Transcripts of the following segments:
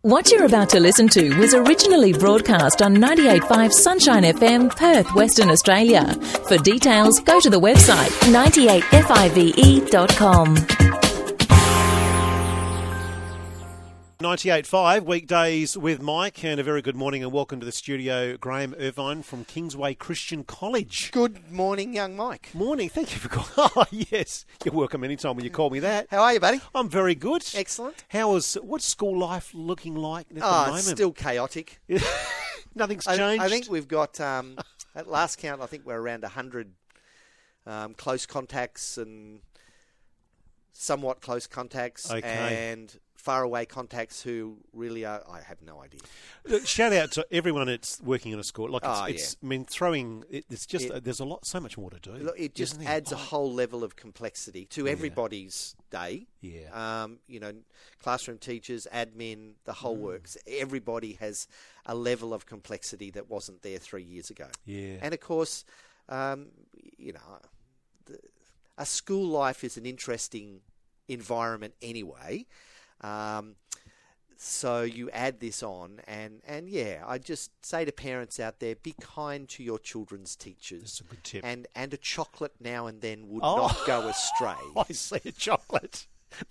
What you're about to listen to was originally broadcast on 98.5 Sunshine FM, Perth, Western Australia. For details, go to the website E 98five.com. 98.5 weekdays with Mike, and a very good morning and welcome to the studio, Graham Irvine from Kingsway Christian College. Good morning, young Mike. Morning, thank you for calling. Oh, yes, you're welcome anytime when you call me that. How are you, buddy? I'm very good. Excellent. How is what's school life looking like at the Oh, moment? it's still chaotic. Nothing's I, changed. I think we've got, um, at last count, I think we're around 100 um, close contacts and somewhat close contacts Okay. and faraway contacts who really are, I have no idea. Look, Shout out to everyone that's working in a school. Like it's, Oh, yeah. it's I mean, throwing. It, it's just It- there's a lot, so much more to do. Look, it just isn't there? adds a whole level of complexity to everybody's day. Yeah. Mm. Um, you know, classroom teachers, admin, the whole works. Everybody has a level of complexity that wasn't there three years ago. Yeah. And of course, um, you know, the, a school life is an interesting environment anyway. Um, so you add this on, and, and yeah, I just say to parents out there, be kind to your children's teachers That's a good tip. and and a chocolate now and then would Oh. not go astray. I see a chocolate.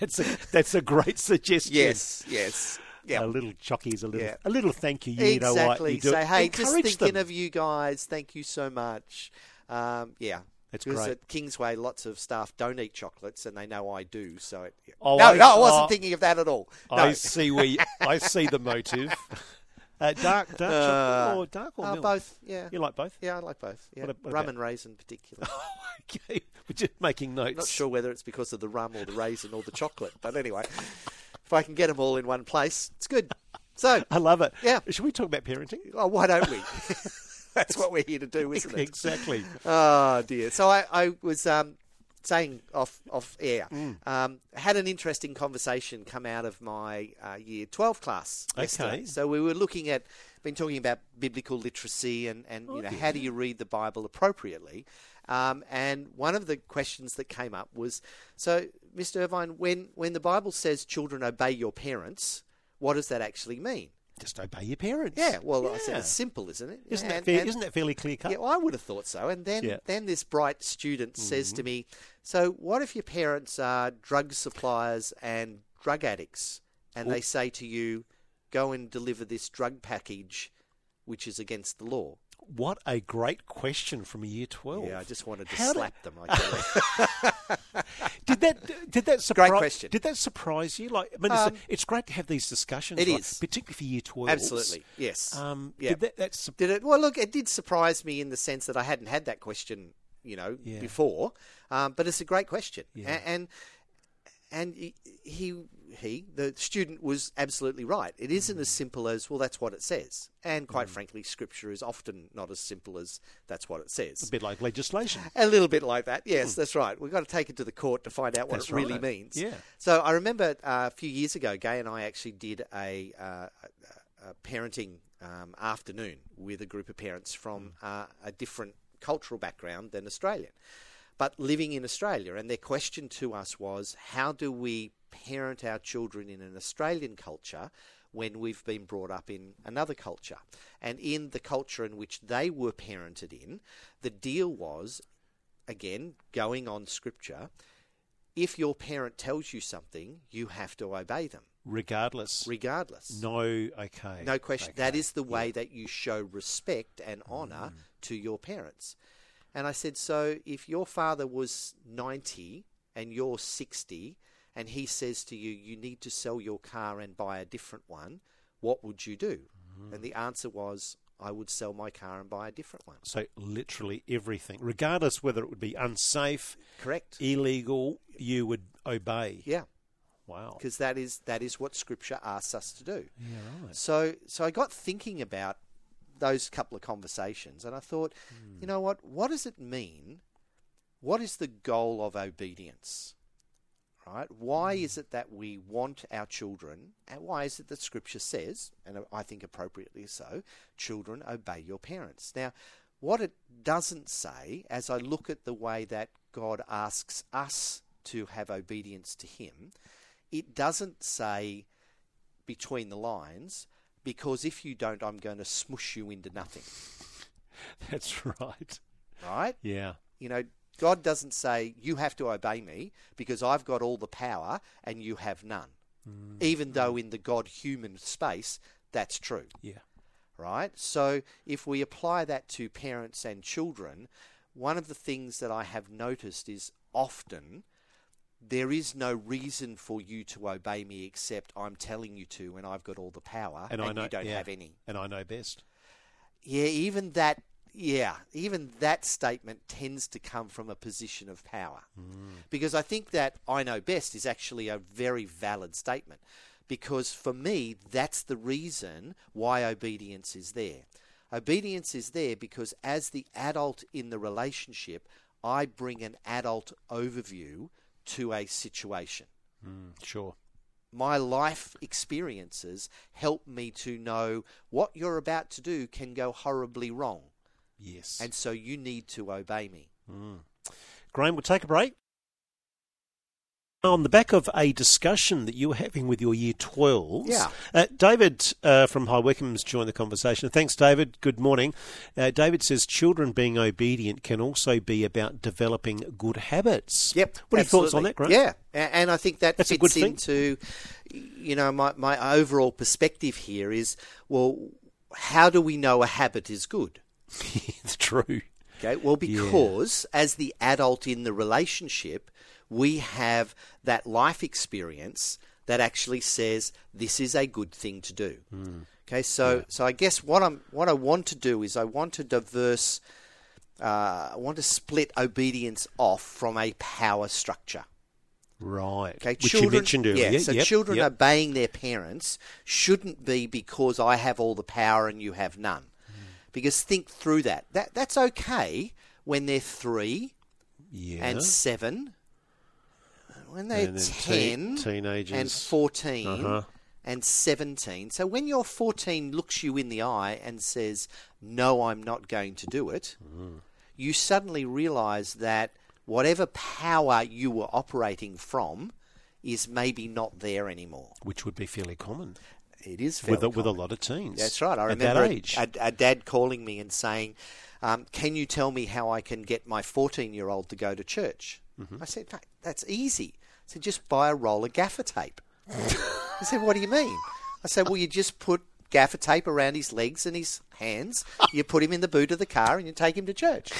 That's a that's a great suggestion. yes, A little chockey's a little Yeah. a little thank you. You know what? exactly. You do Say, it. hey, just Encourage thinking them. of you guys. Thank you so much. Um, yeah. That's Because great. at Kingsway, lots of staff don't eat chocolates, and they know I do. So, it, Oh, no, I- no, I wasn't oh. thinking of that at all. No. I see where you, I see the motive. Uh, dark, dark chocolate or dark or Uh, milk? both, yeah. You like both? yeah, I like both. Yeah. What ab- what rum about- and raisin, particularly. okay, we're just making notes. Not sure whether it's because of the rum or the raisin or the chocolate, but anyway, if I can get them all in one place, it's good. So, I love it. Yeah. Should we talk about parenting? Oh, why don't we? That's what we're here to do, isn't it? Exactly. Oh dear. So I, I was um, saying off off air. Um, had an interesting conversation come out of my uh, year twelve class. yesterday. Okay. So we were looking at been talking about biblical literacy and and you know how do you read the Bible appropriately. Um, and one of the questions that came up was, so Mr. Irvine, when when the Bible says children obey your parents, what does that actually mean? Just obey your parents. Yeah, well, I said Yeah. it's simple, isn't it? Isn't And- that fair, and- isn't that fairly clear cut? yeah, well, I would have thought so. And then, Yeah. Mm-hmm. then this bright student says to me, "So, what if your parents are drug suppliers and drug addicts, and they say to you, go and deliver this drug package, which is against the law?" What a great question from year twelve. Yeah, I just wanted to Oh, How did- slap them. I tell you. Did that? Did that surprise? question. Did that surprise you? Like, I mean, it's, Um, it's great to have these discussions. it right, is. particularly for year twelve. Absolutely, yes. Um, Yeah. Did that? That's Did it? Well, look, it did surprise me in the sense that I hadn't had that question, you know, Yeah. before. Um, but it's a great question, Yeah. A- and and he- he he the student was absolutely right. It isn't Mm. as simple as well. That's what it says, and quite frankly, Scripture is often not as simple as that's what it a says. bit like legislation. A little bit like that, yes, that's right. We've got to take it to the court to find out what Mm. That's it really right. means. Yeah. So I remember uh, a few years ago, Gay and I actually did a, uh, a, a parenting um, afternoon with a group of parents from uh, a different cultural background than Australian, but living in Australia. And their question to us was, how do we parent our children in an Australian culture? When we've been brought up in another culture. And in the culture in which they were parented in, the deal was again, going on scripture, if your parent tells you something, you have to obey them, Regardless. regardless. no. Okay. No question. That okay. Mm. is the way that you show respect and honour to your parents. And I said, so if your father was 90 and you're 60, and he says to you, you need to sell your car and buy a different one, what would you do? Mm. And the answer was, I would sell my car and buy a different one. So literally everything, regardless whether it would be unsafe, Correct. illegal, you would obey. Yeah. Wow. because that is that is what Scripture asks us to do. Yeah. Right. So so I got thinking about those couple of conversations, and I thought, you know what? What does it mean? What is the goal of obedience? Right? Why is it that we want our children, and why is it that Scripture says, and I think appropriately so, children obey your parents? Now, what it doesn't say, as I look at the way that God asks us to have obedience to Him, it doesn't say between the lines because if you don't, I'm going to smush you into nothing. That's right. Right? Yeah. You know, God doesn't say, you have to obey me because I've got all the power and you have none. Mm. Even though in the God human space, that's true. Yeah. right? So if we apply that to parents and children, one of the things that I have noticed is often there is no reason for you to obey me except I'm telling you to and I've got all the power and, I know, you don't yeah. have any. And I know best. Yeah, even that yeah, even that statement tends to come from a position of power. Because I think that I know best is actually a very valid statement. Because for me, that's the reason why obedience is there. Obedience is there because as the adult in the relationship, I bring an adult overview to a situation Hmm, Sure. my life experiences help me to know what you're about to do can go horribly wrong, Yes. and so you need to obey me. Graham, we'll take a break. On the back of a discussion that you were having with your year 12s, Yeah. uh, David uh, from High Wycombe's joined the conversation. Thanks, David. Good morning. Uh, David says children being obedient can also be about developing good habits. What are your thoughts on that, Graham? Yeah, a- and I think that That's a fits good thing. into, you know, my, my overall perspective here is, well, how do we know a habit is good? it's true. Okay, well, because as the adult in the relationship, we have that life experience that actually says this is a good thing to do. Okay, so so I guess what I'm what I want to do is I want to diverse, uh, I want to split obedience off from a power structure. Right. Okay, Which children, you mentioned earlier. Yeah, so Yep, children yep. obeying their parents shouldn't be because I have all the power and you have none. Mm. Because think through that. That that's okay when they're three yeah. and seven, when they're And then ten, teen- teenagers. and 14 Uh-huh. and seventeen. So when your fourteen looks you in the eye and says, "No, I'm not going to do it," you suddenly realise that whatever power you were operating from is maybe not there anymore. Which would be fairly common It is with a, fairly with a common. lot of teens. That's right. I at remember that a- age. A, a dad calling me and saying, um, "Can you tell me how I can get my 14-year-old to go to church?" Mm-hmm. I said, "Mate, "That's easy." I said, "Just buy a roll of gaffer tape." he said, "What do you mean?" I said, "Well, you just put gaffer tape around his legs and his hands. You put him in the boot of the car and you take him to church."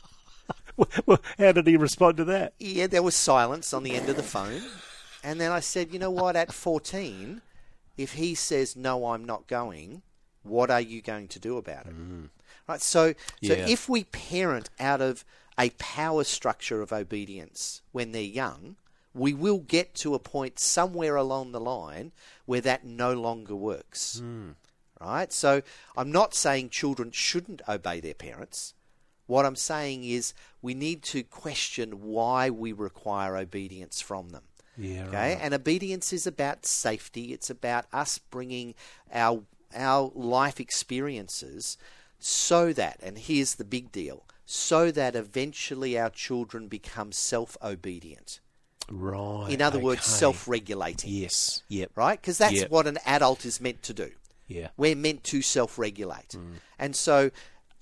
Well, How did he respond to that? yeah, there was silence on the end of the phone. And then I said, you know what, at 14, if he says, no, I'm not going, what are you going to do about it? Right. So, so Yeah. if we parent out of a power structure of obedience when they're young, we will get to a point somewhere along the line where that no longer works. Right? So I'm not saying children shouldn't obey their parents. What I'm saying is we need to question why we require obedience from them. Yeah. Okay? And obedience is about safety, it's about us bringing our our life experiences so that and here's the big deal, so that eventually our children become self-obedient. Right. In other words, okay. self-regulating, Yes. Yep. right? Because that's Yep. what an adult is meant to do. Yeah. We're meant to self regulate. Mm. And so,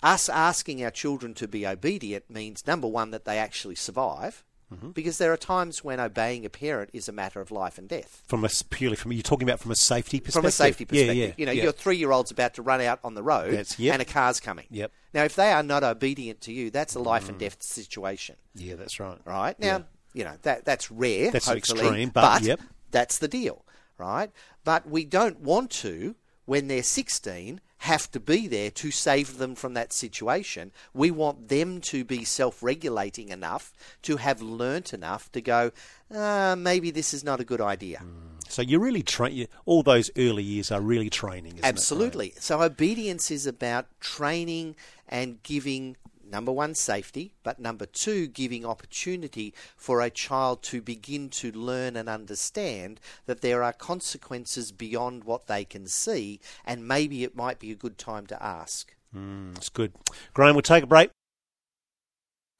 us asking our children to be obedient means number one, that they actually survive, Mm-hmm. because there are times when obeying a parent is a matter of life and death. From a s- purely from you're talking about from a safety perspective. From a safety perspective, Yeah, yeah, you know, yeah. your three year old's about to run out on the road That's- yep. and a car's coming. Yep. Mm. Now, if they are not obedient to you, that's a life and death situation, Yeah, that's right. right? Now, you know, that that's rare. That's an hopefully, extreme, but yep. that's the deal, right? But we don't want to, when they're 16, have to be there to save them from that situation. We want them to be self regulating enough to have learnt enough to go, uh, maybe this is not a good idea. So you're really train. All those early years are really training. Isn't Absolutely. So obedience is about training and giving number one safety, but number two giving opportunity for a child to begin to learn and understand that there are consequences beyond what they can see, and maybe it might be a good time to ask. It? Mm, it's good. Graham, we'll take a break.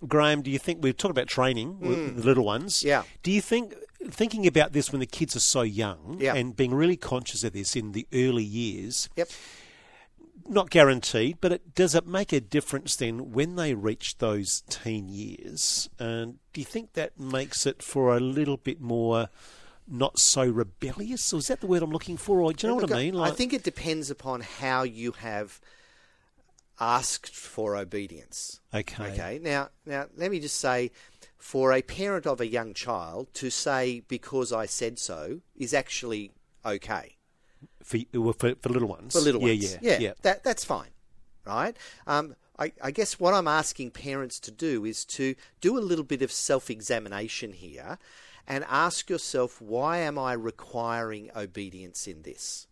Graham, do you think we've talked about training with the little ones? Mm. Yeah. Do you think thinking about this when the kids are so young Yeah. and being really conscious of this in the early years. Yep. Not guaranteed, but it, does it make a difference then when they reach those teen years? And do you think that makes it for a little bit more not so rebellious? Or is that the word I'm looking for? Or do you know Look, what I mean? I think it depends upon how you have asked for obedience. Okay. Okay. Now, now let me just say, for a parent of a young child to say "because I said so" is actually okay For, well, for, for little ones. for little yeah, ones. Yeah, yeah. That that's fine, right? Um, I, I guess what I'm asking parents to do is to do a little bit of self-examination here, and ask yourself, why am I requiring obedience in this?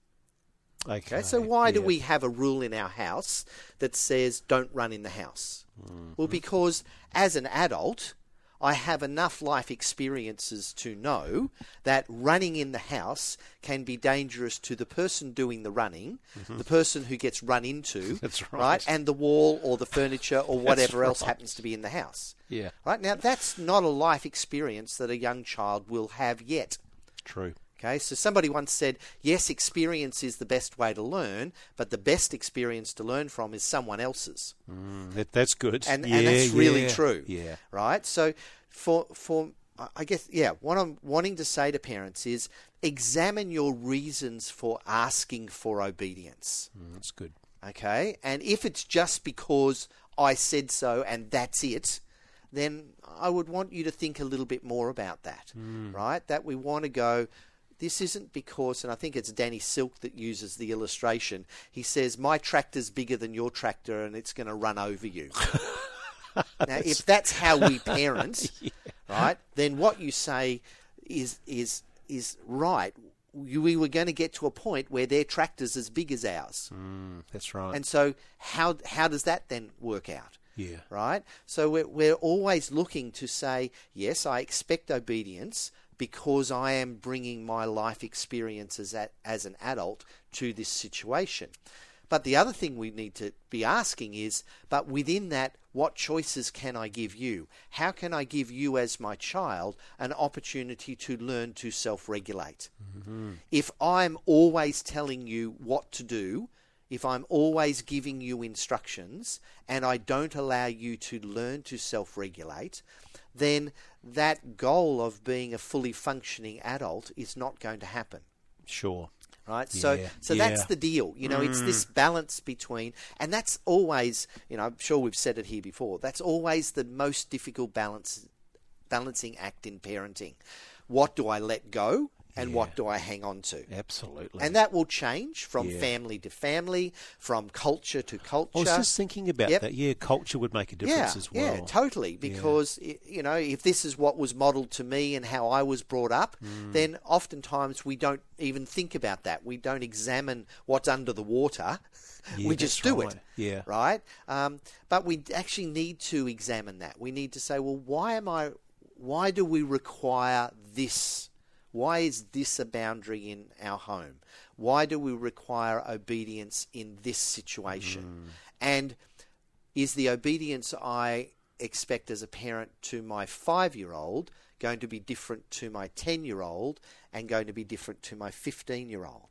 Okay. Okay, so why do yeah. we have a rule in our house that says don't run in the house? Mm-hmm. Well, because as an adult, I have enough life experiences to know that running in the house can be dangerous to the person doing the running, the person who gets run into, Mm-hmm. That's right, right. and the wall or the furniture or whatever else right. happens to be in the house. Yeah. Right? Now, that's not a life experience that a young child will have yet. True. Okay, so somebody once said, yes, experience is the best way to learn, but the best experience to learn from is someone else's. Mm, that, that's good. And, yeah, and that's really yeah, true. Yeah. Right? So for for I- I guess yeah, what I'm wanting to say to parents is examine your reasons for asking for obedience. Mm, that's good. Okay? And if it's just because I said so and that's it, then I would want you to think a little bit more about that, right? That we want to go, this isn't because, and I think it's Danny Silk that uses the illustration. He says, My tractor's bigger than your tractor and it's going to run over you. now, if that's how we parent, right, then what you say is, is, is right. You- We were going to get to a point where their tractor's as big as ours. Mm, That's right. And so how how does that then work out? Yeah. Right? So we're, we're always looking to say, yes, I expect obedience because I am bringing my life experiences at, as an adult to this situation. But the other thing we need to be asking is, but within that, what choices can I give you? How can I give you, as my child, an opportunity to learn to self regulate? if I'm always telling you what to do, if I'm always giving you instructions and I don't allow you to learn to self regulate, then that goal of being a fully functioning adult is not going to happen. sure. Right, so Yeah, so that's yeah. Mm. the deal. You know, it's this balance between, and that's always, you know, I'm sure we've said it here before. That's always the most difficult balance, balancing act in parenting. What do I let go, and what do I hang on to? Absolutely. And that will change from Yeah. family to family, from culture to culture. I was just thinking about Yep. that. Yeah, culture would make a yeah, difference as well. yeah, totally. Because i you know, if this is what was modelled to me and how I was brought up, Mm. then oftentimes we don't even think about that. We don't examine what's under the water. Yeah, we just that's do right. it. Yeah. Right. Um, but we actually need to examine that. We need to say, well, why am I? Why do we require this? Why is this a boundary in our home? Why do we require obedience in this situation? Mm. And is the obedience I expect as a parent to my five year old going to be different to my 10 year old and going to be different to my 15 year old?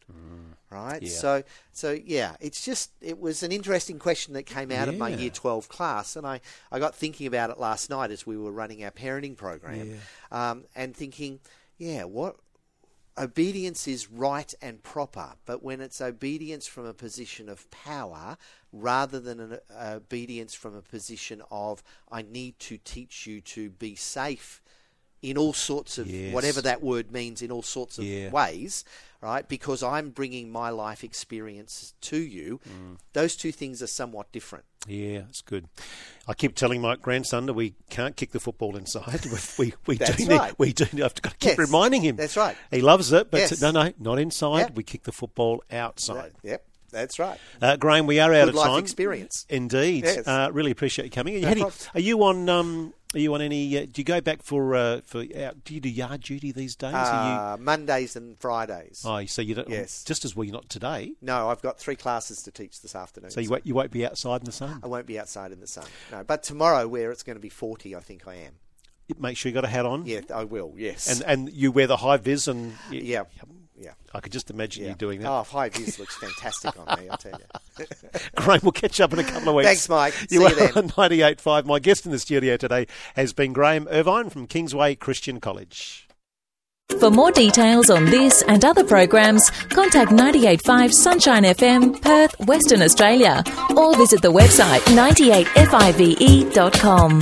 Right? So, so yeah, it's just, it was an interesting question that came out of my Yeah. year 12 class. And I, I got thinking about it last night as we were running our parenting program um, and thinking, yeah, what, obedience is right and proper, but when it's obedience from a position of power rather than an uh, obedience from a position of I need to teach you to be safe in all sorts of Yes. whatever that word means in all sorts of Yeah. ways, right? Because I'm bringing my life experience to you. Mm. Those two things are somewhat different. Yeah, it's good. I keep telling my grandson that we can't kick the football inside. We we, we That's do need, right. we do. Need, I've got to keep Yes, reminding him. that's right. He loves it, but Yes. no, no, not inside. Yep. We kick the football outside. Yep, that's right. Uh, Graham, we are out Good of life time. experience. Indeed. Yes. Uh, really appreciate you coming. No How do you- probs. are you on? Um, are you on any? Uh, do you go back for uh, for out? Do you do yard duty these days? are you? Uh, Mondays and Fridays. Oh, so you don't. yes. Just as well, you're not today. No, I've got three classes to teach this afternoon. So you won't, you won't Uh, be outside in the sun. I won't be outside in the sun. No, but tomorrow, where it's going to be 40, I think I am. make sure you got a hat on. Yeah, I will. Yes. And and you wear the high vis and y- yeah. Yeah. I could just imagine yeah. you doing that. Oh, high vis looks fantastic on me. I tell you. Graham, we'll catch up in a couple of weeks. Thanks, Mike. You See are you then. on 98.5. My guest in the studio today has been Graham Irvine from Kingsway Christian College. For more details on this and other programs, contact 985 Sunshine FM, E Perth, Western Australia, or visit the website 98five.com.